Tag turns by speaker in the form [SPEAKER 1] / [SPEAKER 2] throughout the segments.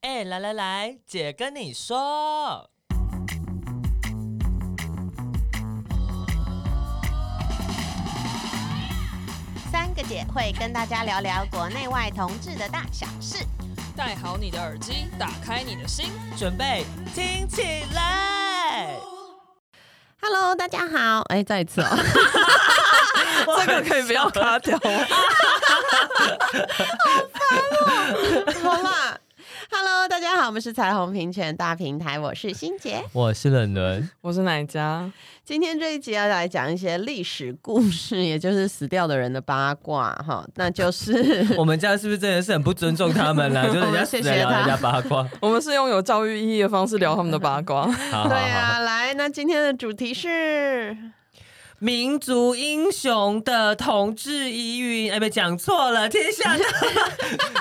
[SPEAKER 1] 哎、来来来，姐跟你说，
[SPEAKER 2] 三个姐会跟大家聊聊国内外同志的大小事。
[SPEAKER 3] 戴好你的耳机，打开你的心。
[SPEAKER 1] 准备听起来。
[SPEAKER 2] Hello，大家好，哎、再一次哦，
[SPEAKER 3] 这 个可以不要卡掉哦吗？
[SPEAKER 2] 哦好啦，Hello，大家好，我们是彩虹平权大平台，我是欣杰。
[SPEAKER 1] 我是冷伦，
[SPEAKER 3] 我是哪一家？
[SPEAKER 2] 今天这一集要来讲一些历史故事，也就是死掉的人的八卦哈，那 就是
[SPEAKER 1] 我们家是不是真的是很不尊重他们 呢、就是人家死了聊人家八卦，
[SPEAKER 3] 我们是用有教育意义的方式聊他们的八 卦。
[SPEAKER 1] 好好
[SPEAKER 2] 对
[SPEAKER 1] 好
[SPEAKER 2] 啊，来，那今天的主题是
[SPEAKER 1] 民族英雄的同志疑云，哎，不，讲错了，天下 的，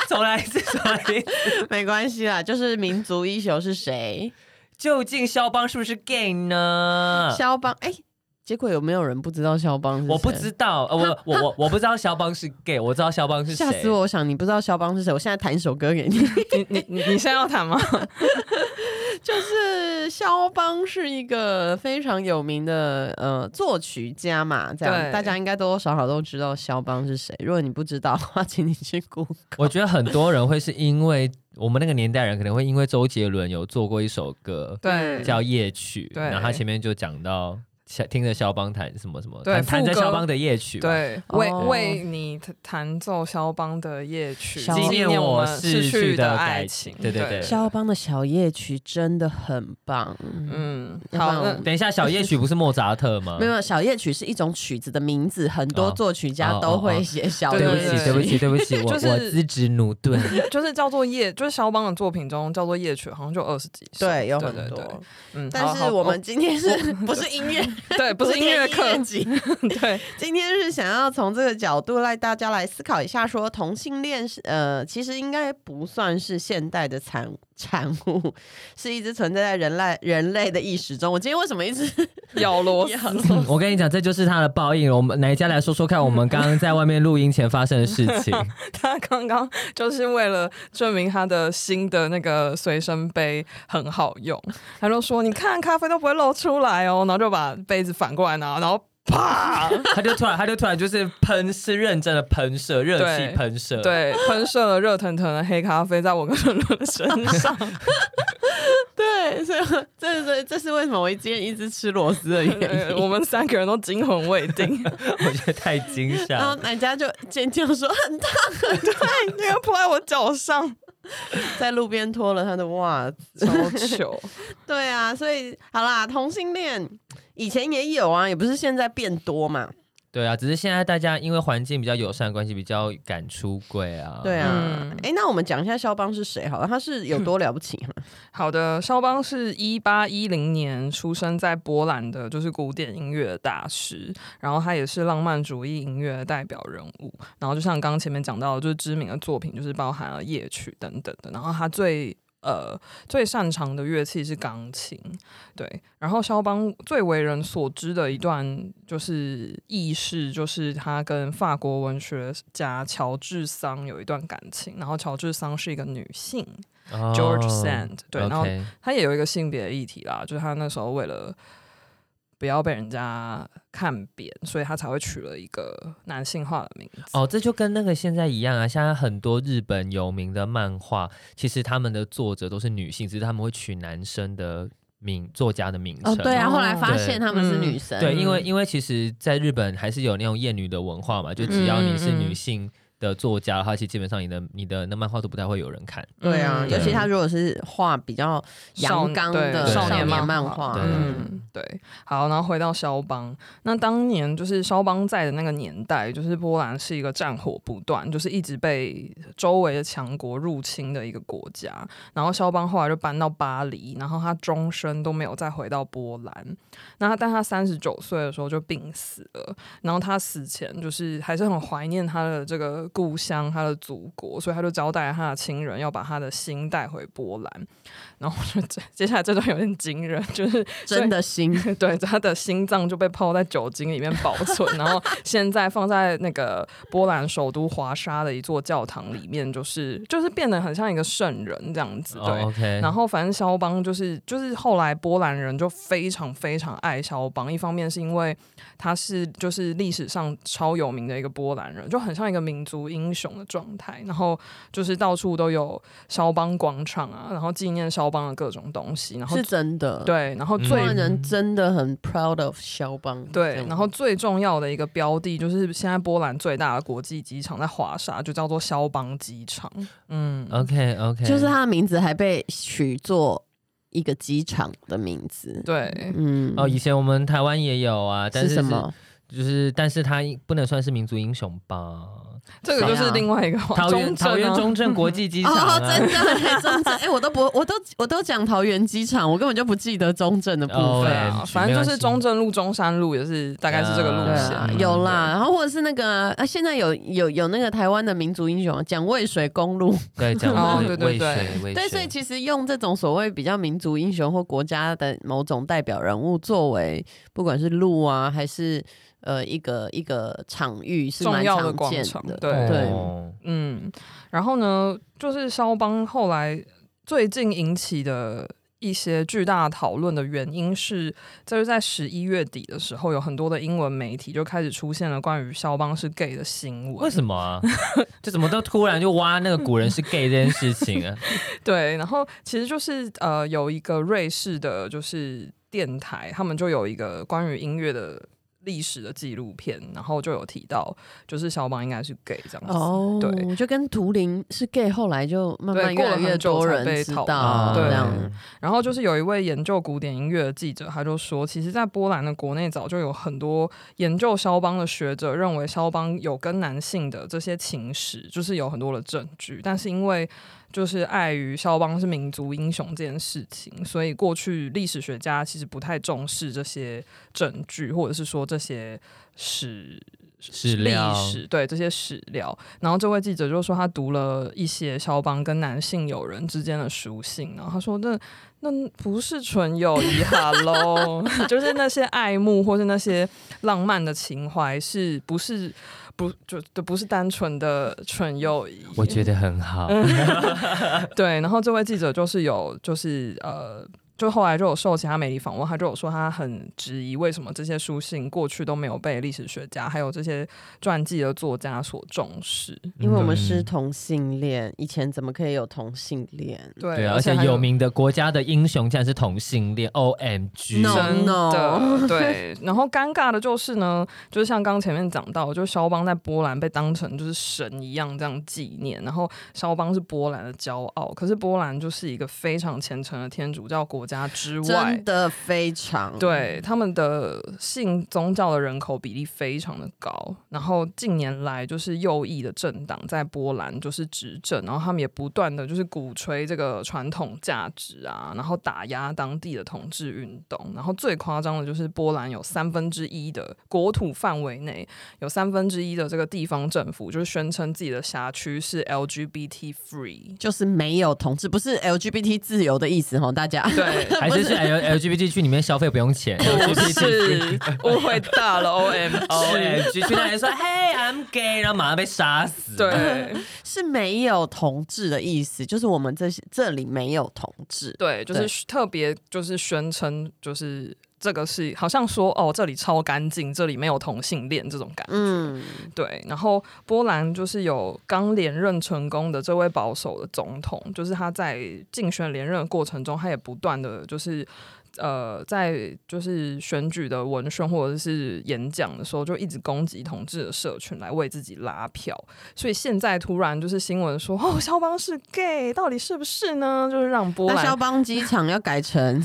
[SPEAKER 1] 重来一次，重来一次。
[SPEAKER 2] 没关系啦，就是民族英雄是谁？
[SPEAKER 1] 究竟肖邦是不是 gay
[SPEAKER 3] 嗯
[SPEAKER 1] 呢？
[SPEAKER 2] 肖邦，哎、结果有没有人不知道肖邦是谁？
[SPEAKER 1] 我不知道，呃我我我我不知道肖邦是 gay，我知道肖邦是谁。
[SPEAKER 2] 吓死我！！我想你不知道肖邦是谁，我现在弹一首歌给你。
[SPEAKER 3] 你你你你现在要 谈吗？
[SPEAKER 2] 就是肖邦是一个非常有名的呃作曲家嘛，这样
[SPEAKER 3] 对
[SPEAKER 2] 大家应该多多少少都知道肖邦是谁。如果你不知道的话，请你去 Google。
[SPEAKER 1] 我觉得很多人会是因为我们那个年代人可能会因为周杰伦有做过一首歌
[SPEAKER 3] 对
[SPEAKER 1] 叫《夜曲》，
[SPEAKER 3] 对
[SPEAKER 1] 然后他前面就讲到肖听着肖邦弹什么什么，
[SPEAKER 3] 对
[SPEAKER 1] 弹弹着
[SPEAKER 3] 副歌
[SPEAKER 1] 肖邦的《夜曲》。。
[SPEAKER 3] 对，
[SPEAKER 2] 哦
[SPEAKER 3] 为为你弹奏肖邦的夜曲，
[SPEAKER 2] 肖
[SPEAKER 1] 纪
[SPEAKER 2] 邦
[SPEAKER 1] 念
[SPEAKER 3] 我
[SPEAKER 1] 我
[SPEAKER 3] 们逝
[SPEAKER 1] 逝
[SPEAKER 3] 去
[SPEAKER 1] 去
[SPEAKER 3] 的
[SPEAKER 1] 的
[SPEAKER 3] 爱
[SPEAKER 1] 爱
[SPEAKER 3] 情
[SPEAKER 1] 情。对对对
[SPEAKER 2] 肖邦的小夜曲真的很棒，
[SPEAKER 3] 嗯，
[SPEAKER 2] 要不
[SPEAKER 3] 好，
[SPEAKER 2] 然我
[SPEAKER 3] 那
[SPEAKER 2] 们
[SPEAKER 1] 等一下，《小夜曲》不是莫扎特吗？
[SPEAKER 2] 没有小夜曲是一种曲子的名字，很多
[SPEAKER 1] 哦
[SPEAKER 2] 作曲家
[SPEAKER 1] 哦
[SPEAKER 2] 都
[SPEAKER 1] 哦
[SPEAKER 2] 会
[SPEAKER 1] 哦
[SPEAKER 2] 写小夜
[SPEAKER 1] 对
[SPEAKER 2] 曲。
[SPEAKER 1] 不起，对不 起，对不起，我
[SPEAKER 3] 就是
[SPEAKER 1] 我资质努顿。
[SPEAKER 3] 就是叫做夜，就是肖邦的作品中叫做夜曲，好像就二十几首。
[SPEAKER 2] 对，有很
[SPEAKER 3] 对
[SPEAKER 2] 多。
[SPEAKER 3] 对嗯，好
[SPEAKER 2] 但
[SPEAKER 3] 好
[SPEAKER 2] 是我们
[SPEAKER 3] 哦
[SPEAKER 2] 今天是、 不是音乐？
[SPEAKER 3] 对不是音乐课，
[SPEAKER 2] 集，
[SPEAKER 3] 对，
[SPEAKER 2] 今天是想要从这个角度来大家来思考一下，说同性恋是呃，其实应该不算是现代的产产物，是一直存在在人类人类的意识中。我今天为什么一直
[SPEAKER 3] 咬螺丝
[SPEAKER 2] 要说
[SPEAKER 1] 我跟你讲，这就是他的报应。我们哪一家来说说看，我们刚刚在外面录音前发生的事 情。
[SPEAKER 3] 他刚刚就是为了证明他的新的那个随身杯很好用，他就说：“你看咖啡都不会漏出来哦。”然后就把杯子反过来拿，然后 啪，
[SPEAKER 1] 他就突然，他就突然就是喷，是认真的喷射，热
[SPEAKER 3] 对
[SPEAKER 1] 气喷射。，
[SPEAKER 3] 对，喷射了热腾腾的黑咖啡在我跟伦伦的身 上。
[SPEAKER 2] 对？所以我这这这是为什么我今天一直吃螺丝的原
[SPEAKER 3] 对
[SPEAKER 2] 因。
[SPEAKER 3] 我们三个人都惊魂未 定，
[SPEAKER 1] 我觉得太惊吓
[SPEAKER 2] 然后
[SPEAKER 1] 了。
[SPEAKER 2] 人家就尖叫说很烫，
[SPEAKER 3] 那个扑在我脚上，
[SPEAKER 2] 在路边脱了他的袜子。
[SPEAKER 3] 超糗。
[SPEAKER 2] 对啊，所以好啦，同性恋以前也有啊，也不是现在变多嘛。
[SPEAKER 1] 对啊，只是现在大家因为环境比较友善，关系比较敢出柜啊。
[SPEAKER 2] 对啊，哎、
[SPEAKER 3] 嗯
[SPEAKER 2] 那我们讲一下肖邦是谁好了，他是有多了不起哈？
[SPEAKER 3] 好的，肖邦是一八一零年出生在波兰的，就是古典音乐大师，然后他也是浪漫主义音乐的代表人物。然后就像刚刚前面讲到的，就是知名的作品就是包含了夜曲等等的。然后他最呃最擅长的乐器是钢琴，对。然后肖邦最为人所知的一段就是轶事，就是他跟法国文学家乔治桑有一段感情，然后乔治桑是一个女性。
[SPEAKER 1] 哦
[SPEAKER 3] George Sand，对然后
[SPEAKER 1] OK
[SPEAKER 3] 他也有一个性别议题啦，就是他那时候为了不要被人家看扁，所以他才会取了一个男性化的名字。
[SPEAKER 1] 哦，这就跟那个现在一样啊！现在很多日本有名的漫画，其实他们的作者都是女性，只是他们会取男生的名作家的名称。啊
[SPEAKER 2] 啊
[SPEAKER 3] 哦
[SPEAKER 2] 他
[SPEAKER 3] 对
[SPEAKER 2] 生
[SPEAKER 1] 嗯对，
[SPEAKER 3] 嗯
[SPEAKER 1] 因为因为其实，在日本还是有那种厌女的文化嘛，就只要
[SPEAKER 3] 嗯
[SPEAKER 1] 你是女性的作家的话，其实基本上你的你的那漫画都不太会有人看。
[SPEAKER 2] 对啊，
[SPEAKER 3] 嗯
[SPEAKER 2] 尤其
[SPEAKER 1] 对
[SPEAKER 2] 他如果是画比较阳刚的
[SPEAKER 3] 对
[SPEAKER 1] 少
[SPEAKER 2] 年
[SPEAKER 1] 年
[SPEAKER 2] 漫
[SPEAKER 3] 漫
[SPEAKER 2] 画，
[SPEAKER 1] 对
[SPEAKER 2] 嗯，
[SPEAKER 3] 嗯，对。好，然后回到肖邦，那当年就是肖邦在的那个年代，就是波兰是一个战火不断，就是一直被周围的强国入侵的一个国家。然后肖邦后来就搬到巴黎，然后他终身都没有再回到波兰。那他但他三十九岁的时候就病死了，然后他死前就是还是很怀念他的这个的故乡、他的祖国，所以他就交代他的亲人要把他的心带回波兰。然后我就接接下来这段有点惊人，就是
[SPEAKER 2] 真的心
[SPEAKER 3] 对，他的心脏就被泡在酒精里面保存，然后现在放在那个波兰首都华沙的一座教堂里面，就是就是变得很像一个圣人这样子，对。
[SPEAKER 1] 哦、，OK，
[SPEAKER 3] 然后反正肖邦就是就是后来波兰人就非常非常爱肖邦，一方面是因为他是就是历史上超有名的一个波兰人，就很像一个民族英雄的状态。然后就是到处都有肖邦广场啊，然后纪念肖邦的各种东西。然后
[SPEAKER 2] 是真的。，
[SPEAKER 3] 对，然后
[SPEAKER 1] 嗯
[SPEAKER 2] 波
[SPEAKER 3] 最、
[SPEAKER 2] 兰人真的很 proud of 肖邦。
[SPEAKER 3] 对
[SPEAKER 2] 这样，
[SPEAKER 3] 然后最重要的一个标的就是现在波兰最大的国际机场在华沙，就叫做肖邦机场。嗯
[SPEAKER 1] OK OK，
[SPEAKER 2] 就是他的名字还被取作一个机场的名字。
[SPEAKER 3] 对，
[SPEAKER 2] 嗯，
[SPEAKER 1] 哦，以前我们台湾也有啊，但
[SPEAKER 2] 是
[SPEAKER 1] 是
[SPEAKER 2] 什么？
[SPEAKER 1] 就是，但是他不能算是民族英雄吧？
[SPEAKER 3] 这个就是另外一个
[SPEAKER 1] 啊桃园
[SPEAKER 3] 中正啊
[SPEAKER 1] 桃园中正国际机场、啊
[SPEAKER 2] 哦，真的，中 正，哎、我都不，我都我都讲桃园机场，我根本就不记得中正的部分。
[SPEAKER 1] 哦
[SPEAKER 3] 对
[SPEAKER 1] 没
[SPEAKER 3] 啊，
[SPEAKER 1] 关系
[SPEAKER 3] 反正就是中正路、中山路也是大概是这个路
[SPEAKER 2] 对
[SPEAKER 1] 啊
[SPEAKER 3] 线
[SPEAKER 2] 啊，
[SPEAKER 1] 嗯。
[SPEAKER 2] 有啦，然后或者是那个啊，啊现在有有有那个台湾的民族英雄啊蒋渭水公路，
[SPEAKER 1] 对，讲
[SPEAKER 3] 哦
[SPEAKER 1] 渭
[SPEAKER 3] 对
[SPEAKER 1] 渭
[SPEAKER 3] 对对
[SPEAKER 1] 水，渭
[SPEAKER 2] 对，
[SPEAKER 1] 水
[SPEAKER 2] 所以其实用这种所谓比较民族英雄或国家的某种代表人物作为，不管是路啊，还是呃一个一个场域是
[SPEAKER 3] 重
[SPEAKER 2] 蛮
[SPEAKER 3] 要的
[SPEAKER 2] 常
[SPEAKER 3] 广
[SPEAKER 2] 见
[SPEAKER 3] 场
[SPEAKER 2] 的，
[SPEAKER 3] 对
[SPEAKER 2] 对
[SPEAKER 1] 哦
[SPEAKER 3] 嗯，然后呢，就是肖邦后来最近引起的一些巨大讨论的原因是，就是在十一月底的时候，有很多的英文媒体就开始出现了关于肖邦是 gay 的新
[SPEAKER 1] 为
[SPEAKER 3] 闻。
[SPEAKER 1] 什么啊？就怎么都突然就挖那个古人是 gay 这件事情啊？
[SPEAKER 3] 对，然后其实就是呃，有一个瑞士的，就是电台，他们就有一个关于音乐的。历史的纪录片，然后就有提到，就是肖邦应该是 gay 这样子。
[SPEAKER 2] 哦，
[SPEAKER 3] 对，
[SPEAKER 2] 就跟图灵是 gay，后来就慢慢
[SPEAKER 3] 对
[SPEAKER 2] 越
[SPEAKER 3] 过了
[SPEAKER 2] 来越
[SPEAKER 3] 很久
[SPEAKER 2] 多
[SPEAKER 3] 才
[SPEAKER 2] 人
[SPEAKER 3] 被
[SPEAKER 2] 知
[SPEAKER 3] 讨
[SPEAKER 2] 道
[SPEAKER 3] 啊，
[SPEAKER 2] 这
[SPEAKER 3] 论
[SPEAKER 2] 样
[SPEAKER 1] 对
[SPEAKER 3] 然后就是有一位研究古典音乐的记者，他就说，其实，在波兰的国内早就有很多研究肖邦的学者认为肖邦有跟男性的这些情史，就是有很多的证据，但是因为就是碍于肖邦是民族英雄这件事情，所以过去历史学家其实不太重视这些证据，或者是说这些史
[SPEAKER 1] 史
[SPEAKER 3] 历
[SPEAKER 1] 料
[SPEAKER 3] 史，对这些史料。然后这位记者就说，他读了一些肖邦跟男性友人之间的书信，然后他说那那不是纯友谊哈喽， 就是那些爱慕或是那些浪漫的情怀，是不是不就就不是单纯的纯友谊？
[SPEAKER 1] 我觉得很好，
[SPEAKER 3] 对，然后这位记者就是有，就是呃，就后来就有受其他媒体访问，他就有说他很质疑为什么这些书信过去都没有被历史学家还有这些传记的作家所重视。
[SPEAKER 2] 因为我们
[SPEAKER 1] 嗯
[SPEAKER 2] 是同性恋，以前怎么可以有同性恋
[SPEAKER 3] 对，
[SPEAKER 1] 对啊，而且
[SPEAKER 3] 还
[SPEAKER 1] 有。名的国家的英雄竟然是同性恋，O M G，
[SPEAKER 2] No
[SPEAKER 3] 真
[SPEAKER 2] no
[SPEAKER 3] 的 对，然后尴尬的就是呢，就是像刚前面讲到，就肖邦在波兰被当成就是神一样这样纪念，然后肖邦是波兰的骄傲，可是波兰就是一个非常虔诚的天主教国家之外
[SPEAKER 2] 真，的非常，
[SPEAKER 3] 对，他们的性宗教的人口比例非常的高，然后近年来就是右翼的政党在波兰就是执政，然后他们也不断的就是鼓吹这个传统价值啊，然后打压当地的统治运动，然后最夸张的就是波兰有三分之一的国土范围内有三分之一的这个地方政府就是宣称自己的辖区是 LGBT free，
[SPEAKER 2] 就是没有同志，不是 LGBT 自由的意思哈，大家
[SPEAKER 3] 对。
[SPEAKER 1] 还是是 L L G B T 区里面消费不用钱
[SPEAKER 3] 不
[SPEAKER 1] ，LGBT
[SPEAKER 3] 是，误会大了，O M
[SPEAKER 1] O M 哦 G，去那里说 Hey I'm gay，然后马上被杀死，
[SPEAKER 3] 对，
[SPEAKER 2] 是没有同志的意思，就是我们这些这里没有同志，
[SPEAKER 3] 对，就
[SPEAKER 2] 对
[SPEAKER 3] 是特别就是宣称就是这个是好像说哦这里超干净，这里没有同性恋这种感觉。
[SPEAKER 2] 嗯，
[SPEAKER 3] 对，然后波兰就是有刚连任成功的这位保守的总统，就是他在竞选连任的过程中，他也不断的就是。呃，在就是选举的文宣或者是演讲的时候，就一直攻击同志的社群来为自己拉票，所以现在突然就是新闻说哦，肖邦是 gay，到底是不是呢？就是让波
[SPEAKER 2] 那
[SPEAKER 3] 兰
[SPEAKER 2] 肖邦机场要 改成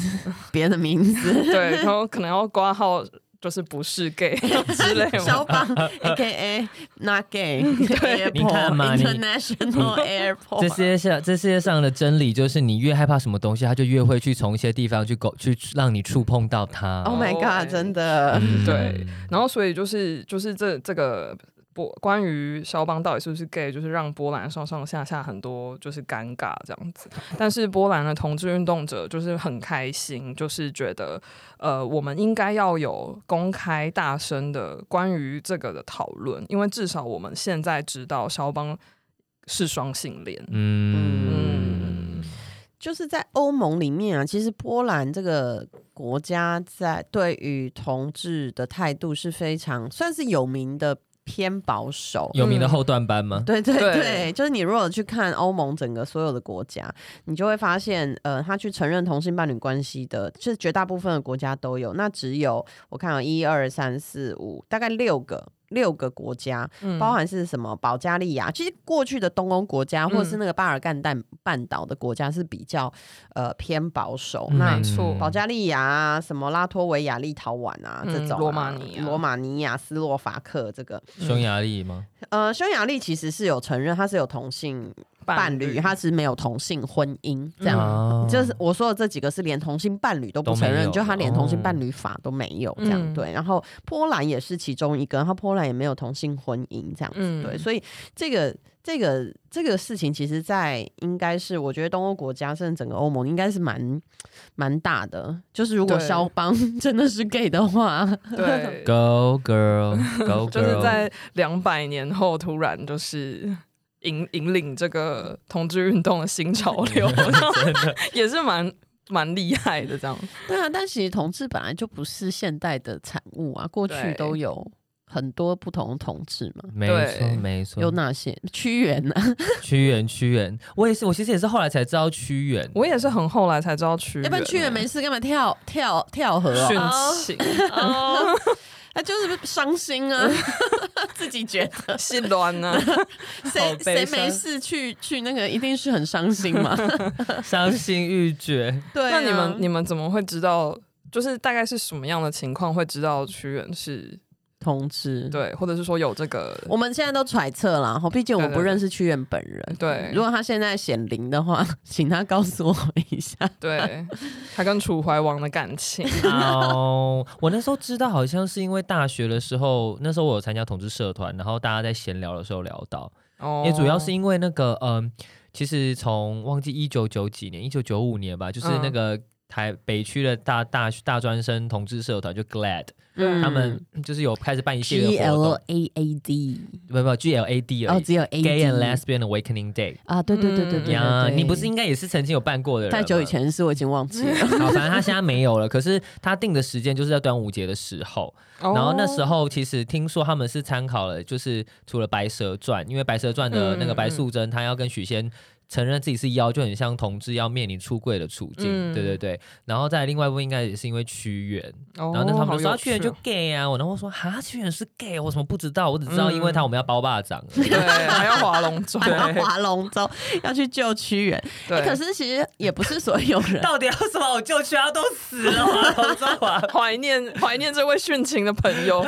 [SPEAKER 2] 别的名字，
[SPEAKER 3] 对，然后可能要挂号，就是不是 gay 之类
[SPEAKER 2] 肖
[SPEAKER 3] 的。
[SPEAKER 2] 邦 A K A Not Gay
[SPEAKER 1] 你看
[SPEAKER 2] Airport
[SPEAKER 1] 嘛你
[SPEAKER 2] International
[SPEAKER 1] 这世
[SPEAKER 2] Airport，
[SPEAKER 1] 界上这世界上的真理就是，你越害怕什么东西，它就越会去从一些地方去勾去让你触碰到它。
[SPEAKER 3] 哦
[SPEAKER 2] Oh my God，真的，
[SPEAKER 1] 嗯
[SPEAKER 3] 对然后所以就是就是这这个波关于肖邦到底是不是 gay，就是让波兰上上下下很多就是尴尬这样子。但是波兰的同志运动者就是很开心，就是觉得呃，我们应该要有公开大声的关于这个的讨论，因为至少我们现在知道肖邦是双性恋。
[SPEAKER 1] 嗯，
[SPEAKER 2] 就是在欧盟里面啊，其实波兰这个国家在对于同志的态度是非常算是有名的偏保守。
[SPEAKER 1] 有
[SPEAKER 3] 嗯
[SPEAKER 1] 名的后段班吗？
[SPEAKER 2] 对对
[SPEAKER 3] 对
[SPEAKER 2] 对，就是你如果去看欧盟整个所有的国家，你就会发现，呃，他去承认同性伴侣关系的，就是绝大部分的国家都有。那只有我看啊，一二三四五，大概六个六个国家，
[SPEAKER 3] 嗯
[SPEAKER 2] 包含是什么保加利亚，其实过去的东欧国家或者
[SPEAKER 3] 嗯
[SPEAKER 2] 是那个巴尔干半半岛的国家是比较呃偏保守。
[SPEAKER 1] 嗯
[SPEAKER 2] 那
[SPEAKER 3] 没错
[SPEAKER 2] 保加利亚啊，什么拉脱维亚、立陶宛啊，
[SPEAKER 3] 嗯
[SPEAKER 2] 这种啊、
[SPEAKER 3] 罗马尼亚
[SPEAKER 2] 罗马尼亚、斯洛伐克这个，
[SPEAKER 1] 匈牙利吗？
[SPEAKER 2] 呃，匈牙利其实是有承认它是有同性
[SPEAKER 3] 嗯
[SPEAKER 2] 伴侣，它是没有同性婚姻这样。
[SPEAKER 1] 啊
[SPEAKER 2] 就是我说的这几个是连同性伴侣都不承
[SPEAKER 1] 都没
[SPEAKER 2] 认，
[SPEAKER 1] 有
[SPEAKER 2] 就他连同性伴侣法都没有这样、
[SPEAKER 3] 嗯
[SPEAKER 2] 对。然后波兰也是其中一个，然后波兰也没有同性婚姻这样子、
[SPEAKER 3] 嗯
[SPEAKER 2] 对，所以这个这个这个事情，其实在应该是我觉得东欧国家甚至整个欧盟应该是蛮蛮大的，就是如果
[SPEAKER 3] 对
[SPEAKER 2] 肖邦 真的是 gay 的话，
[SPEAKER 3] 对
[SPEAKER 1] Go girl, go girl，
[SPEAKER 3] 就是在两百年后突然就是引引领这个同志运动的新潮 流， 也是蛮蛮厉害的这样。
[SPEAKER 2] 对啊，但其实同志本来就不是现代的产物啊，过去
[SPEAKER 3] 对
[SPEAKER 2] 都有很多不同的同志嘛。
[SPEAKER 1] 没错
[SPEAKER 3] 对
[SPEAKER 1] 没错，
[SPEAKER 2] 有哪些屈原呢、啊？
[SPEAKER 1] 屈原屈原，我也是，我其实也是后来才知道屈原，
[SPEAKER 3] 我也是很后来才知道呃屈原、啊
[SPEAKER 2] 要不然屈原没事干嘛跳跳跳河、哦？
[SPEAKER 3] 殉情，
[SPEAKER 2] 他就是伤心啊，自己觉得
[SPEAKER 3] 是乱呢，
[SPEAKER 2] 谁
[SPEAKER 1] 好悲
[SPEAKER 2] 谁
[SPEAKER 1] 伤
[SPEAKER 2] 没事去去那个，一定是很伤心 嘛。
[SPEAKER 1] 伤心欲绝。
[SPEAKER 2] 对啊、
[SPEAKER 3] 那你们你们怎么会知道？就是大概是什么样的情况会知道屈原是
[SPEAKER 2] 同志，
[SPEAKER 3] 对，或者是说有这个
[SPEAKER 2] 嗯我们现在都揣测啦，吼毕竟我们
[SPEAKER 3] 对对
[SPEAKER 2] 不认识屈原本人。
[SPEAKER 3] 对
[SPEAKER 2] 如果他现在显灵的话，请他告诉我一下。
[SPEAKER 3] 对他跟楚怀王的 感情？
[SPEAKER 1] 哦，我那时候知道，好像是因为大学的时候，那时候我有参加同志社团，然后大家在闲聊的时候聊到，
[SPEAKER 3] 哦
[SPEAKER 1] 也主要是因为那个，嗯，其实从忘记一九九几年，一九九五年吧，就是那
[SPEAKER 2] 嗯
[SPEAKER 1] 个台北区的大大大专生同志社团，就 GLAD，
[SPEAKER 3] 嗯
[SPEAKER 1] 他们就是有开始办一系
[SPEAKER 2] G
[SPEAKER 1] 列活
[SPEAKER 2] L
[SPEAKER 1] 动，
[SPEAKER 2] A A D，
[SPEAKER 1] 不不 GLAD 而
[SPEAKER 2] 哦，
[SPEAKER 1] 已
[SPEAKER 2] 只有 A
[SPEAKER 1] ，Gay
[SPEAKER 2] D
[SPEAKER 1] and Lesbian Awakening Day。
[SPEAKER 2] 啊，对对对对对对
[SPEAKER 1] 呀，
[SPEAKER 2] 对
[SPEAKER 1] 你不是应该也是曾经有办过的人？
[SPEAKER 2] 太久以。前的事，我已经忘记 了。
[SPEAKER 1] 好，反正他现在没 有了。可是他定的时间就是在端午节的时候，然后那时
[SPEAKER 3] 候
[SPEAKER 1] 候其实听说他们是参考了，就是除了《白蛇传》，因为《白蛇传》的那个白素贞，她要跟许仙承认自己是妖，就很像同志要面临出柜的处境。
[SPEAKER 3] 嗯
[SPEAKER 1] 对对对。然后再来另外一部应该也是因为屈原，
[SPEAKER 3] 然
[SPEAKER 1] 然后那时候他们就说、
[SPEAKER 3] 要
[SPEAKER 1] 啊屈原 就 gay 啊，我然后我说哈屈原是 gay，我怎么不知道？我只知道因为他我们要包霸掌。
[SPEAKER 3] 对， 还要划哎龙舟，
[SPEAKER 2] 然后划龙舟 要去救屈原，
[SPEAKER 3] 对，
[SPEAKER 2] 可是其实也不是所有人。
[SPEAKER 1] 到底要什么？我就去，他都死了，我中华
[SPEAKER 3] 怀念怀念这位殉情的朋友，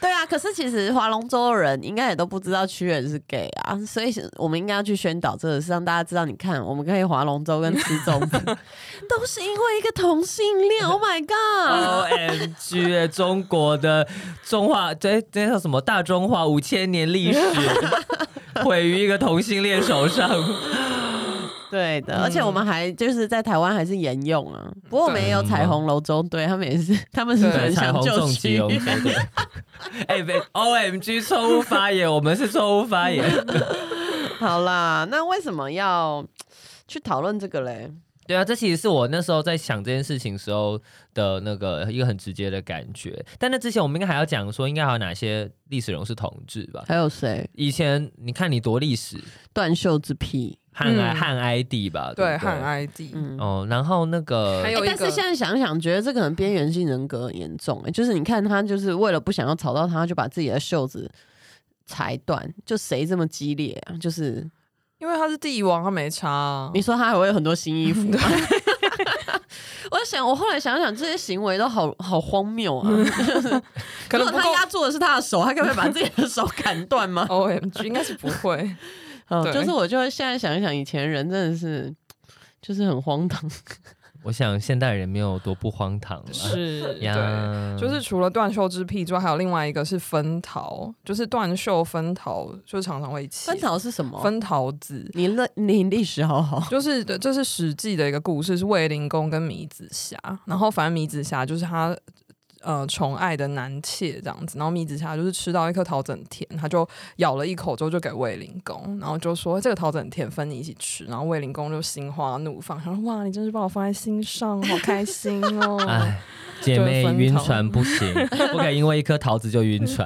[SPEAKER 2] 对啊，可是其实划龙舟的人应该也都不知道屈原是 gay 啊，所以我们应该要去宣导这个事，让大家知道。你看，我们可以划龙舟跟吃粽 子，都是因为一个同性恋。Oh my god！
[SPEAKER 1] O M G！中哎国的中华，这这叫什么？大中华五千年历史毁于一个同性恋手上。
[SPEAKER 2] 对的，而且我们还就是在台湾还是沿用啊，不过我们也有彩虹龙舟队，他们也是，他们是
[SPEAKER 3] 对
[SPEAKER 2] 很
[SPEAKER 1] 彩
[SPEAKER 2] 想
[SPEAKER 1] 虹
[SPEAKER 2] 救
[SPEAKER 1] 重
[SPEAKER 2] 屈
[SPEAKER 1] 疾龙哦舟
[SPEAKER 2] 原。
[SPEAKER 1] 队。哎，别 O M G！错误发言，我们是错误发言。
[SPEAKER 2] 好啦，那为什么要去讨论这个嘞？
[SPEAKER 1] 对啊，这其实是我那时候在想这件事情时候的那个一个很直接的感觉。但那之前我们应该还要讲说，应该还有哪些历史人物是同志吧？
[SPEAKER 2] 还有谁？
[SPEAKER 1] 以前你看你读历史，
[SPEAKER 2] 断袖之癖。
[SPEAKER 1] 汉哀
[SPEAKER 3] 嗯
[SPEAKER 1] 汉哀帝吧，
[SPEAKER 3] 对，
[SPEAKER 1] 不
[SPEAKER 3] 汉哀帝，
[SPEAKER 2] 嗯，
[SPEAKER 1] 哦，然后那个
[SPEAKER 3] 还有
[SPEAKER 2] 欸
[SPEAKER 3] 一
[SPEAKER 2] 但
[SPEAKER 3] 个
[SPEAKER 2] 是现在想想，觉得这个人边缘性人格很严重、欸。就是你看他，就是为了不想要吵到他，就把自己的袖子裁断。就谁这么激烈啊？就是
[SPEAKER 3] 因为他是帝王，他没差啊
[SPEAKER 2] 你。说他还会有很多新衣服 吗？我想，我后来想想，这些行为都好好荒谬 啊！
[SPEAKER 3] 可能
[SPEAKER 2] 如
[SPEAKER 3] 不
[SPEAKER 2] 果
[SPEAKER 3] 够
[SPEAKER 2] 他压住的是他的手，他可不可以把自己的手砍断 吗？
[SPEAKER 3] O M G，应该是不会。
[SPEAKER 2] 嗯，
[SPEAKER 3] 对
[SPEAKER 2] 就是我就会现在想一想，以前人真的是就是很荒唐。
[SPEAKER 1] 我想现代人没有多不荒唐了。
[SPEAKER 3] 是对。
[SPEAKER 1] 呀，
[SPEAKER 3] 就是除了断袖之癖之外，还有另外一个是分桃，就是断袖分桃，就是常常会一起
[SPEAKER 2] 分桃是什么？
[SPEAKER 3] 分桃子，
[SPEAKER 2] 你历你历史好好，
[SPEAKER 3] 就是对，这是《史记》的一个故事，是卫灵公跟米子瑕。然后反正米子瑕就是他呃宠爱的男妾这样子，然后米子瑕就是吃到一颗桃子很甜，他就咬了一口之后就给卫灵公，然后就说哎这个桃子很甜，分你一起吃。然后卫灵公就心花怒放，他说哇，你真是把我放在心上，好开心哦。
[SPEAKER 1] 哎，姐
[SPEAKER 3] 就
[SPEAKER 1] 妹
[SPEAKER 3] 分
[SPEAKER 1] 晕
[SPEAKER 3] 头
[SPEAKER 1] 船不 行，不可以因为一颗桃子就晕船。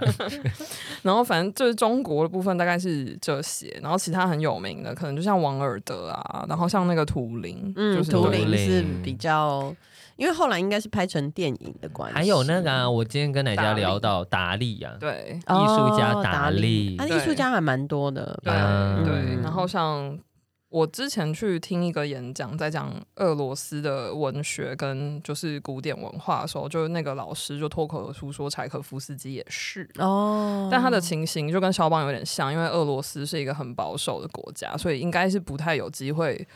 [SPEAKER 3] 然后反正就是中国的部分大概是这些，然后其他很有名的可能就像王尔德啊，然后像那个图灵，
[SPEAKER 2] 嗯，
[SPEAKER 3] 就是
[SPEAKER 2] 图
[SPEAKER 1] 灵
[SPEAKER 2] 灵是
[SPEAKER 1] 灵
[SPEAKER 2] 比较，因为后来应该是拍成电影的关系。
[SPEAKER 1] 还有那个啊，我今天跟奶家
[SPEAKER 3] 达利
[SPEAKER 1] 聊到达利啊呀，艺
[SPEAKER 3] 对，
[SPEAKER 1] 术家
[SPEAKER 2] 哦
[SPEAKER 1] 达
[SPEAKER 2] 达
[SPEAKER 1] 利
[SPEAKER 2] 啊，
[SPEAKER 3] 对
[SPEAKER 2] 艺术家还蛮多的。
[SPEAKER 3] 对、
[SPEAKER 1] 嗯
[SPEAKER 3] 对，然后像我之前去听一个演讲，在讲俄罗斯的文学跟就是古典文化的时候，就是那个老师就脱口而出说柴可夫斯基也是。
[SPEAKER 2] 哦，
[SPEAKER 3] 但他的情形就跟肖邦有点像，因为俄罗斯是一个很保守的国家，所以应该是不太有机会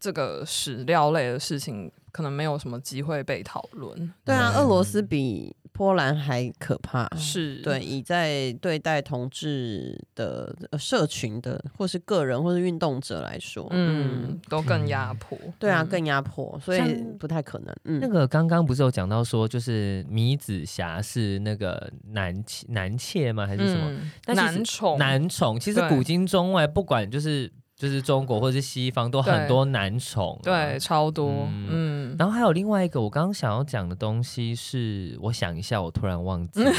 [SPEAKER 3] 这个史料类的事情，可能没有什么机会被讨论。
[SPEAKER 2] 对啊，
[SPEAKER 1] 嗯
[SPEAKER 2] 俄罗斯比波兰还可怕。
[SPEAKER 3] 是，
[SPEAKER 2] 哦对，以在对待同志的呃社群的，或是个人，或是运动者来说，嗯，
[SPEAKER 3] 嗯，都更压迫。
[SPEAKER 2] 对啊，
[SPEAKER 3] 嗯
[SPEAKER 2] 更压迫，所以
[SPEAKER 1] 像
[SPEAKER 2] 不太可能。
[SPEAKER 1] 那
[SPEAKER 2] 嗯，
[SPEAKER 1] 个刚刚不是有讲到说，就是米子霞是那个男妾男妾吗？还是什么、
[SPEAKER 3] 嗯
[SPEAKER 1] 但其实
[SPEAKER 3] 男宠
[SPEAKER 1] 男宠？其实
[SPEAKER 3] 对
[SPEAKER 1] 古今中外，不管就是就是中国或者是西方，都很
[SPEAKER 3] 对
[SPEAKER 1] 多男宠、
[SPEAKER 3] 对，。超多，
[SPEAKER 1] 嗯
[SPEAKER 3] 嗯
[SPEAKER 1] 然后还有另外一个，我刚刚想要讲的东西是，我想一下，我突然忘 记了。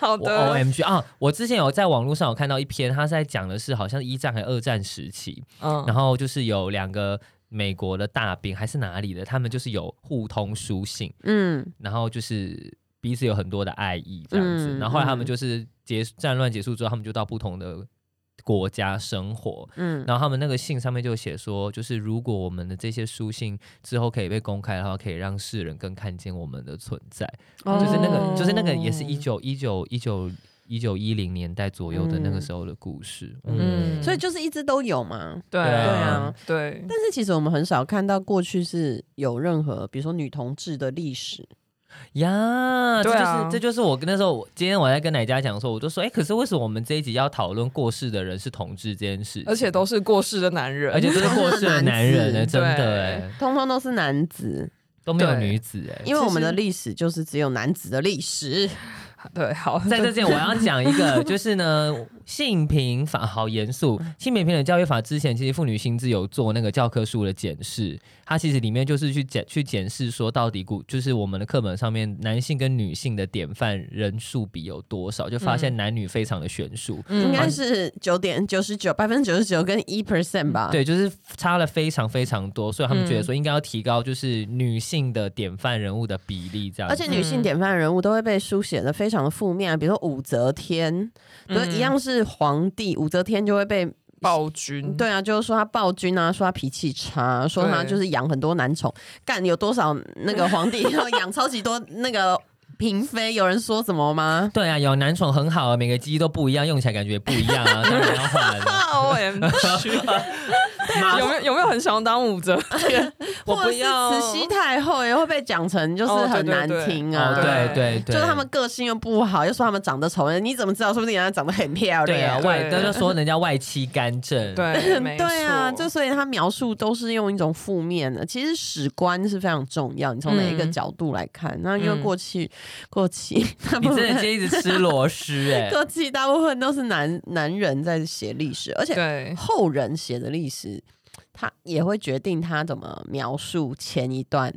[SPEAKER 3] 好
[SPEAKER 1] 我
[SPEAKER 3] 的
[SPEAKER 1] O，M G 啊！我之前有在网络上有看到一篇，他在讲的是好像一战还二战时期，
[SPEAKER 3] 嗯
[SPEAKER 1] 哦哎然后就是有两个美国的大兵还是哪里的，他们就是有互通书信，
[SPEAKER 2] 嗯，
[SPEAKER 1] 然后就是彼此有很多的爱意这样子。
[SPEAKER 2] 嗯
[SPEAKER 1] 然后后来他们
[SPEAKER 2] 嗯
[SPEAKER 1] 就是结战乱结束之后，他们就到不同的国家生活。
[SPEAKER 2] 嗯，
[SPEAKER 1] 然后他们那个信上面就写说，就是如果我们的这些书信之后可以被公开的话，可以让世人更看见我们的存在。就是那
[SPEAKER 2] 哦
[SPEAKER 1] 个，就是那个，也是一九一九一九一九一零年代左右的那个时候的故事。嗯，
[SPEAKER 2] 所以就是一直都有嘛。
[SPEAKER 3] 对
[SPEAKER 1] 对
[SPEAKER 2] 啊，
[SPEAKER 3] 对，
[SPEAKER 2] 但是其实我们很少看到过去是有任何，比如说女同志的历史，
[SPEAKER 1] 呀，这
[SPEAKER 3] 对
[SPEAKER 1] 就是、
[SPEAKER 3] 啊
[SPEAKER 1] 这就是我跟那时候，我今天我在跟奶家讲说，我就说，哎、可是为什么我们这一集要讨论过世的人是同志这件事情？
[SPEAKER 3] 而且都是过世的男人，
[SPEAKER 1] 而且都是过世的男人呢、
[SPEAKER 2] 都
[SPEAKER 1] 真
[SPEAKER 3] 是 男子
[SPEAKER 1] 的哎、
[SPEAKER 2] 通通都是男子，
[SPEAKER 1] 都没有
[SPEAKER 3] 对
[SPEAKER 1] 女子哎、
[SPEAKER 2] 因为我们
[SPEAKER 3] 其实
[SPEAKER 2] 的历史就是只有男子的历史。
[SPEAKER 3] 对，好，
[SPEAKER 1] 在这之前，我要讲一个， 就是呢，性平法好严肃。
[SPEAKER 2] 嗯
[SPEAKER 1] 性别平等教育法之前，其实妇女薪资有做那个教科书的检视，它其实里面就是去检去检视说，到底古就是我们的课本上面男性跟女性的典范人数比有多少，就发
[SPEAKER 2] 嗯
[SPEAKER 1] 现男女非常的悬殊。
[SPEAKER 3] 嗯
[SPEAKER 2] 应该是九点九十九百分之九十九跟一 percent 吧。，
[SPEAKER 1] 对，就是差了非常非常多，所以他们觉
[SPEAKER 2] 嗯
[SPEAKER 1] 得说应该要提高就是女性的典范人物的比例，这样子。
[SPEAKER 2] 而且女性典范人物都会被书写的非常的负面，啊比如说武则天，
[SPEAKER 3] 嗯
[SPEAKER 2] 对，一样是皇帝，武则天就会被
[SPEAKER 3] 暴
[SPEAKER 1] 嗯
[SPEAKER 3] 君，
[SPEAKER 2] 对啊，就是说她暴君啊，说她脾气差，说她
[SPEAKER 3] 对
[SPEAKER 2] 就是养很多男宠，干有多少那个皇帝 要养超级多那个嫔妃，有人说什么吗？
[SPEAKER 1] 对啊，有男宠很好啊，每个机都不一样，用起来感觉也不一样啊，当然要换 了。
[SPEAKER 3] O M G，有没有有没有很想当武则天？
[SPEAKER 1] 我
[SPEAKER 2] 或者
[SPEAKER 1] 不
[SPEAKER 2] 是
[SPEAKER 1] 要
[SPEAKER 2] 慈禧太后也会被讲成就是
[SPEAKER 3] 哦对
[SPEAKER 2] 很
[SPEAKER 3] 对
[SPEAKER 2] 难
[SPEAKER 3] 对
[SPEAKER 2] 听啊，
[SPEAKER 1] 哦，对对对，
[SPEAKER 2] 就是他们个性又不好，又说他们长得丑，你怎么知道？说不定人家长得很漂亮。
[SPEAKER 1] 对啊，外
[SPEAKER 3] 对
[SPEAKER 1] 他就说人家外戚干政，，
[SPEAKER 3] 对，没错，
[SPEAKER 2] 对啊，就所以他描述都是用一种负面的。其实史观是非常重要，你从哪一个
[SPEAKER 3] 嗯
[SPEAKER 2] 角度来看？那因为
[SPEAKER 3] 嗯
[SPEAKER 2] 过去，过去大
[SPEAKER 1] 你
[SPEAKER 2] 部
[SPEAKER 1] 真的今
[SPEAKER 2] 分，
[SPEAKER 1] 天一直吃螺丝哎
[SPEAKER 2] 过去大部分都是男男人在写历史，而且
[SPEAKER 3] 对，
[SPEAKER 2] 后人写的历史，他也会决定他怎么描述前一段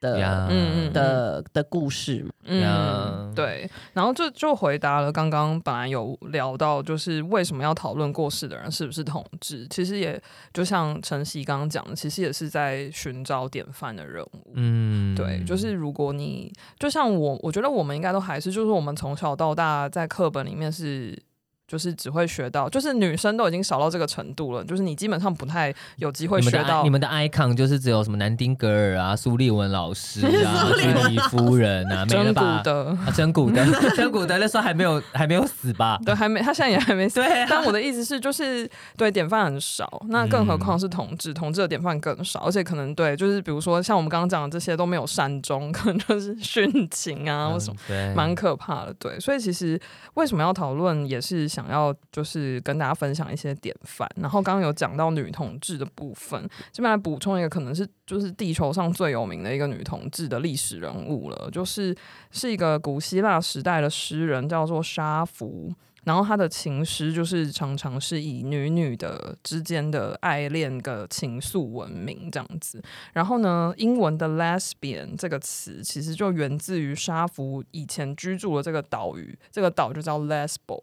[SPEAKER 2] 的
[SPEAKER 1] 呀，
[SPEAKER 3] 嗯嗯
[SPEAKER 2] 的的故事嘛。
[SPEAKER 1] 呀
[SPEAKER 3] 嗯，对，然后就就回答了刚刚本来有聊到，就是为什么要讨论过世的人是不是同志，其实也就像晨曦刚刚讲的，其实也是在寻找典范的人物。
[SPEAKER 1] 嗯
[SPEAKER 3] 对，就是如果你就像我，我觉得我们应该都还是，就是我们从小到大在课本里面是就是只会学到，就是女生都已经少到这个程度了，就是你基本上不太有机会
[SPEAKER 1] 你
[SPEAKER 3] 学
[SPEAKER 1] 们的
[SPEAKER 3] 到
[SPEAKER 1] i- 你们的 icon 就是只有什么南丁格尔啊、苏利文老师 啊、
[SPEAKER 2] 苏利文
[SPEAKER 1] 居里夫人啊，没
[SPEAKER 3] 真
[SPEAKER 1] 了
[SPEAKER 3] 骨
[SPEAKER 1] 吧？
[SPEAKER 3] 的。
[SPEAKER 1] 啊，真古德， 真古德那时候还没有还没有死吧？
[SPEAKER 3] 对，还没，他现在也还没死。
[SPEAKER 1] 对啊
[SPEAKER 3] 但我的意思是，就是对典范很少，那更何
[SPEAKER 1] 嗯
[SPEAKER 3] 况是同志，同志的典范更少，而且可能对，就是比如说像我们刚刚讲的这些都没有善终，可能就是殉情啊或什么。
[SPEAKER 1] 嗯对，
[SPEAKER 3] 蛮可怕的，对，所以其实为什么要讨论，也是想要就是跟大家分享一些典范。然后刚刚有讲到女同志的部分，这边来补充一个，可能是就是地球上最有名的一个女同志的历史人物了，就是是一个古希腊时代的诗人，叫做沙弗。然后他的情诗就是常常是以女女的之间的爱恋的情愫闻名这样子。然后呢，英文的 lesbian 这个词其实就源自于沙弗以前居住的这个岛屿，这个岛就叫 Lesbo，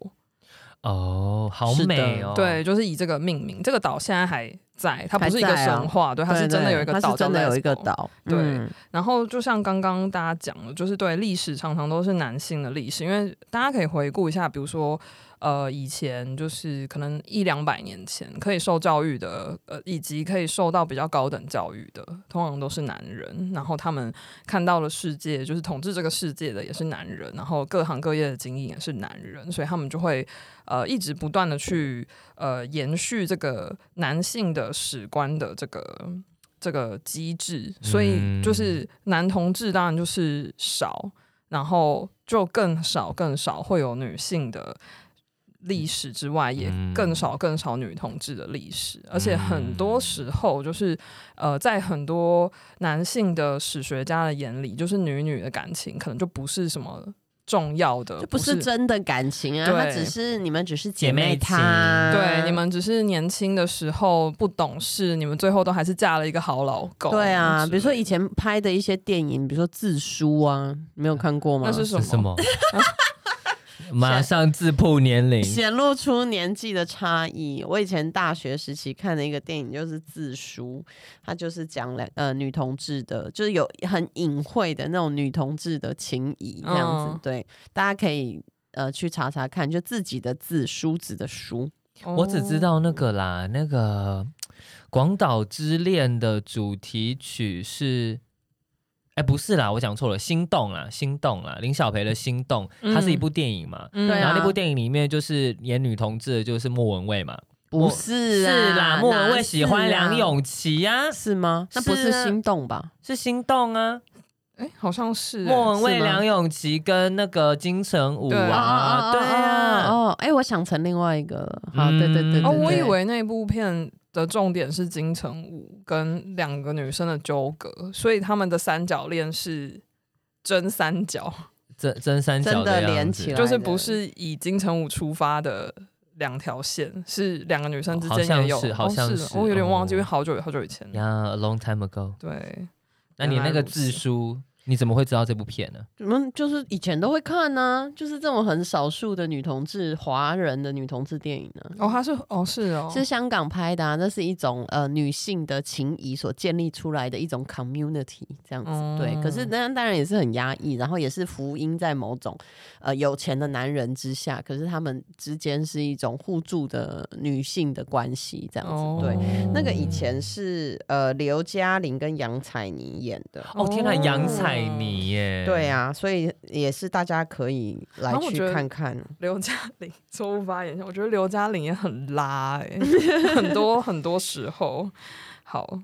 [SPEAKER 1] 哦，好
[SPEAKER 3] 是的
[SPEAKER 1] 美哦，
[SPEAKER 3] 对，，就是以这个命名。这个岛现在还在，它不是一个
[SPEAKER 2] 还在啊
[SPEAKER 3] 神话，对，它是真的有一个
[SPEAKER 2] 对对它
[SPEAKER 3] 岛
[SPEAKER 2] 是
[SPEAKER 3] 叫 Lesbo，
[SPEAKER 2] 真的有一个岛，
[SPEAKER 3] 对
[SPEAKER 2] 嗯
[SPEAKER 3] 然后就像刚刚大家讲的，就是对历史常常都是男性的历史，因为大家可以回顾一下，比如说呃以前就是可能一两百年前可以受教育的，呃以及可以受到比较高等教育的，通常都是男人，然后他们看到了世界，就是统治这个世界的也是男人，然后各行各业的经营也是男人，所以他们就会呃一直不断的去呃延续这个男性的史观的这个这个机制，所以就是男同志当然就是少，然后就更少更少会有女性的。历史之外，也
[SPEAKER 1] 嗯
[SPEAKER 3] 更少更少女同志的历史，而且很多时候就是，呃，在很多男性的史学家的眼里，就是女女的感情可能就不是什么重要的，
[SPEAKER 2] 就不是真的感情啊，
[SPEAKER 3] 对
[SPEAKER 2] 它只是你们只是
[SPEAKER 1] 姐妹
[SPEAKER 2] 妹啊
[SPEAKER 1] 情
[SPEAKER 2] 她，
[SPEAKER 3] 对，你
[SPEAKER 1] 嗯
[SPEAKER 3] 们只是年轻的时候不懂事，你们最后都还是嫁了一个好老公。
[SPEAKER 2] 对
[SPEAKER 3] 之
[SPEAKER 2] 啊，
[SPEAKER 3] 类的
[SPEAKER 2] 比如说以前拍的一些电影，比如说《自书》啊，你没有看过吗？
[SPEAKER 3] 那是什
[SPEAKER 1] 是
[SPEAKER 3] 么？
[SPEAKER 1] 什 么？马上自曝年龄，
[SPEAKER 2] 显露出年纪的差异。我以前大学时期看的一个电影就是《自书》，它就是讲两呃女同志的，就是有很隐晦的那种女同志的情谊这样子。
[SPEAKER 3] 嗯
[SPEAKER 2] 对，大家可以呃去查查看，就自己的字，书子的书。
[SPEAKER 1] 我只
[SPEAKER 3] 哦
[SPEAKER 1] 知道那
[SPEAKER 2] 哦
[SPEAKER 1] 个啦，那个《广岛之恋》的主题曲是。哎，不是啦，我讲错了，《心动》啦，《心动》啦，林小培的《心动》，它是一部电影嘛，
[SPEAKER 3] 嗯，
[SPEAKER 2] 对
[SPEAKER 1] 然
[SPEAKER 2] 啊
[SPEAKER 1] 后那部电影里面就是演女同志的，就是莫文蔚嘛，
[SPEAKER 2] 不是
[SPEAKER 1] 是啦，
[SPEAKER 2] 啦，
[SPEAKER 1] 莫文
[SPEAKER 2] 哪
[SPEAKER 1] 蔚喜欢
[SPEAKER 2] 是啊
[SPEAKER 1] 梁咏琪呀、
[SPEAKER 2] 是吗？那不
[SPEAKER 1] 是
[SPEAKER 2] 是
[SPEAKER 1] 啊
[SPEAKER 2] 心动吧？
[SPEAKER 1] 是心动啊，
[SPEAKER 3] 哎，好像是
[SPEAKER 1] 莫文蔚、
[SPEAKER 2] 是吗
[SPEAKER 1] 梁咏琪跟那个金城武啊，对啊，
[SPEAKER 2] 哦，哎，我想成另外一个了。好，
[SPEAKER 1] 嗯
[SPEAKER 2] 对对对，对
[SPEAKER 3] 哎哦，我以
[SPEAKER 2] 对
[SPEAKER 3] 为那部片。的重点是金城武跟两个女生的纠葛，所以他们的三角恋是真三角，
[SPEAKER 1] 真真三角
[SPEAKER 2] 真的
[SPEAKER 1] 样
[SPEAKER 2] 连
[SPEAKER 1] 子
[SPEAKER 2] 起来
[SPEAKER 3] 就是不是以金城武出发的两条线，是两个女生之
[SPEAKER 1] 好
[SPEAKER 3] 间
[SPEAKER 1] 像
[SPEAKER 3] 也有，
[SPEAKER 1] 是好
[SPEAKER 3] 哦
[SPEAKER 1] 像
[SPEAKER 3] 是
[SPEAKER 1] 是
[SPEAKER 3] 我有点忘记，
[SPEAKER 1] 哦
[SPEAKER 3] 因为好久好久以前了。
[SPEAKER 1] 呀、a long time ago。
[SPEAKER 3] 对，
[SPEAKER 1] 那你
[SPEAKER 3] 原来
[SPEAKER 1] 那个
[SPEAKER 3] 如此
[SPEAKER 1] 字书，你怎么会知道这部片呢？
[SPEAKER 2] 我们就是以前都会看呢、就是这种很少数的女同志、华人的女同志电影呢、
[SPEAKER 3] 哦，他是哦是哦，
[SPEAKER 2] 是香港拍的、啊，那是一种呃女性的情谊所建立出来的一种 community 这样子，
[SPEAKER 3] 哦
[SPEAKER 2] 对。可是那当然也是很压抑，然后也是福音在某种呃有钱的男人之下，可是他们之间是一种互助的女性的关系这样子，
[SPEAKER 3] 哦
[SPEAKER 2] 对。那个以
[SPEAKER 1] 哦
[SPEAKER 2] 前是呃刘嘉玲跟杨采妮演的，
[SPEAKER 1] 哦天呐，
[SPEAKER 3] 哦
[SPEAKER 1] 杨采妮耶，
[SPEAKER 2] 对，啊，所以也是大家可以来
[SPEAKER 3] 然后我
[SPEAKER 2] 去
[SPEAKER 3] 觉得
[SPEAKER 2] 看看。
[SPEAKER 3] 刘嘉玲 错误发言，我觉得刘嘉玲也很拉哎、很多 很多时候，好，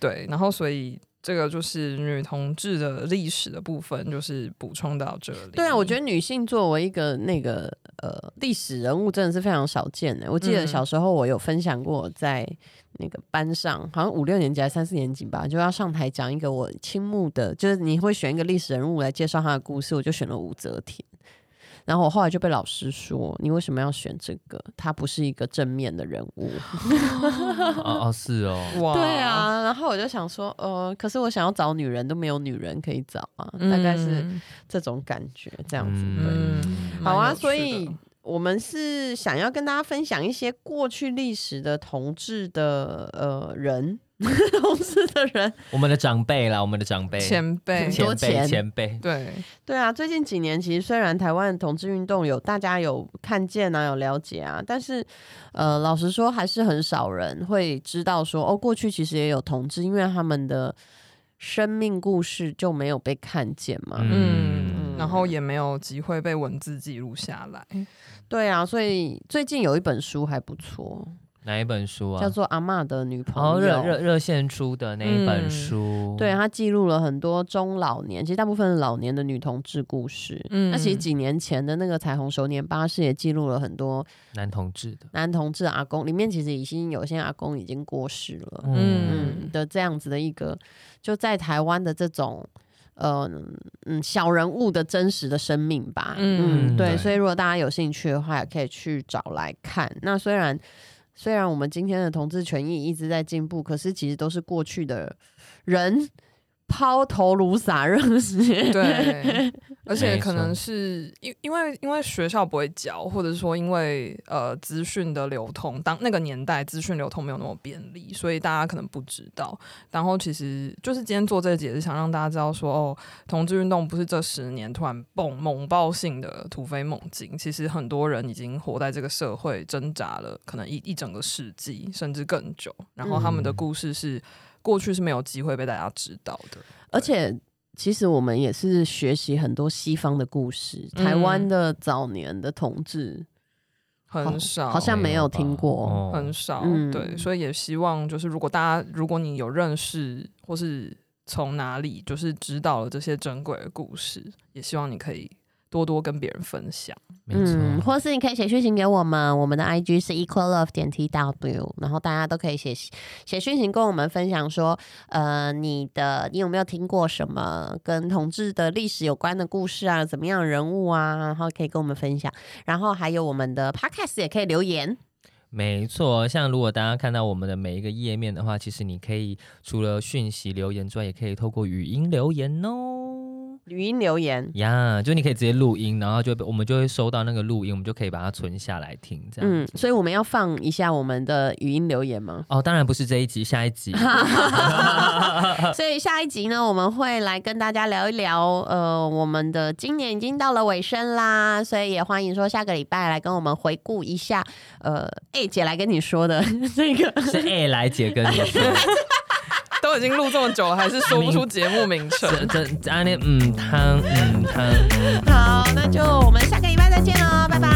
[SPEAKER 3] 对，然后所以这个就是女同志的历史的部分，就是补充到这里。
[SPEAKER 2] 对啊，我觉
[SPEAKER 3] 得
[SPEAKER 2] 得女性作为一个那个呃历史人物，真的是非常少见的。我记得
[SPEAKER 3] 嗯
[SPEAKER 2] 小时候我有分享过，在那个班上，好像五六年级还是三四年级吧，就要上台讲一个我倾慕的，就是你会选一个历史人物来介绍他的故事，我就选了武则天。然后我后来就被老师说：“你为什么要选这个？他不是一个正面的人物。”
[SPEAKER 1] 哦哦是 哦，
[SPEAKER 3] 哇
[SPEAKER 2] 对，啊，然后我就想说，呃，可是我想要找女人都没有女人可以找啊，大概是
[SPEAKER 3] 嗯
[SPEAKER 2] 这种感觉这样子。对，
[SPEAKER 1] 嗯
[SPEAKER 3] 嗯
[SPEAKER 2] 好
[SPEAKER 3] 蛮
[SPEAKER 2] 啊，
[SPEAKER 3] 有趣
[SPEAKER 2] 所
[SPEAKER 3] 的
[SPEAKER 2] 以我们是想要跟大家分享一些过去历史的同志的呃人。 同志的人。
[SPEAKER 1] 我们的长辈啦，我们的长辈，
[SPEAKER 3] 前辈
[SPEAKER 2] 很，多
[SPEAKER 1] 前辈
[SPEAKER 2] 钱
[SPEAKER 1] 前辈，
[SPEAKER 3] 对，
[SPEAKER 2] 对啊，最近几年其实虽然台湾同志运动有大家有看见啊，有了解啊，但是呃，老实说还是很少人会知道说哦，过去其实也有同志，因为他们的生命故事就没有被看见嘛。
[SPEAKER 3] 嗯，
[SPEAKER 1] 嗯
[SPEAKER 3] 然后也没有机会被文字记录下来。
[SPEAKER 2] 对啊，所以最近有一本书还不错，
[SPEAKER 1] 哪一本书啊？
[SPEAKER 2] 叫做《阿嬷的女朋
[SPEAKER 1] 哦，
[SPEAKER 2] 友》
[SPEAKER 1] 热热哦热线出的那一本
[SPEAKER 3] 嗯
[SPEAKER 1] 书，
[SPEAKER 2] 对，啊它记录了很多中老年，其实大部分是老年的女同志故事。
[SPEAKER 3] 嗯
[SPEAKER 2] 那其实几年前的那个《彩虹熟年巴士》也记录了很多
[SPEAKER 1] 男同志的，
[SPEAKER 2] 男同志阿公，里面其实已经有些阿公已经过世了，
[SPEAKER 1] 嗯，
[SPEAKER 2] 嗯的这样子的一个，就在台湾的这种。呃嗯，小人物的真实的生命吧，
[SPEAKER 3] 嗯
[SPEAKER 2] 嗯，对，
[SPEAKER 1] 对
[SPEAKER 2] 所以如果大家有兴趣的话，也可以去找来看。那虽然虽然我们今天的同志权益一直在进步，可是其实都是过去的人抛头颅洒热 血，
[SPEAKER 3] 对，而且
[SPEAKER 1] 没
[SPEAKER 3] 可
[SPEAKER 1] 错
[SPEAKER 3] 能是因因为因为学校不会教，或者说因为呃资讯的流通，当那个年代资讯流通没有那么便利，所以大家可能不知道。然后其实就是今天做这个解释，想让大家知道说，哦，同志运动不是这十年突然蹦猛爆性的突飞猛进，其实很多人已经活在这个社会挣扎了，可能一一整个世纪甚至更久。然后他们的
[SPEAKER 1] 嗯
[SPEAKER 3] 故事是。过去是没有机会被大家知道的，
[SPEAKER 2] 而且其实我们也是学习很多西方的故事，台湾
[SPEAKER 3] 嗯
[SPEAKER 2] 的早年的同志，好
[SPEAKER 3] 很少，
[SPEAKER 2] 好像没有
[SPEAKER 1] 吧
[SPEAKER 2] 听过
[SPEAKER 1] 哦
[SPEAKER 3] 很少，
[SPEAKER 2] 嗯
[SPEAKER 3] 对，所以也希望就是如果大家如果你有认识或是从哪里就是知道了这些珍贵的故事，也希望你可以多多跟别人分享。
[SPEAKER 1] 没错，
[SPEAKER 2] 嗯或是你可以写讯息给我们，我们的 I G 是 equal love 点 t w，然后大家都可以写写讯息跟我们分享说，呃，你的你有没有听过什么跟同志的历史有关的故事啊？怎么样的人物啊？然后可以跟我们分享，然后还有我们的 podcast 也可以留言，
[SPEAKER 1] 没错，像如果大家看到我们的每一个页面的话，其实你可以除了讯息留言之外，也可以透过语音留言哦。
[SPEAKER 2] 语音留言，
[SPEAKER 1] 呀就你可以直接录音，然后就被我们就会收到那个录音，我们就可以把它存下来听，这样。
[SPEAKER 2] 嗯，所以我们要放一下我们的语音留言吗？
[SPEAKER 1] 哦，当然不是这一集，下一 集。
[SPEAKER 2] 所以下一集呢，我们会来跟大家聊一聊，呃，我们的今年已经到了尾声啦，所以也欢迎说下个礼拜来跟我们回顾一下，呃，哎、姐来跟你说的 这个，
[SPEAKER 1] 是 A 来姐跟你 说，
[SPEAKER 3] 都已经录这么久了，还是说不出节目名称。
[SPEAKER 1] 这这安尼嗯汤嗯汤。
[SPEAKER 2] 好，那就我们下个礼拜再见喽，拜拜，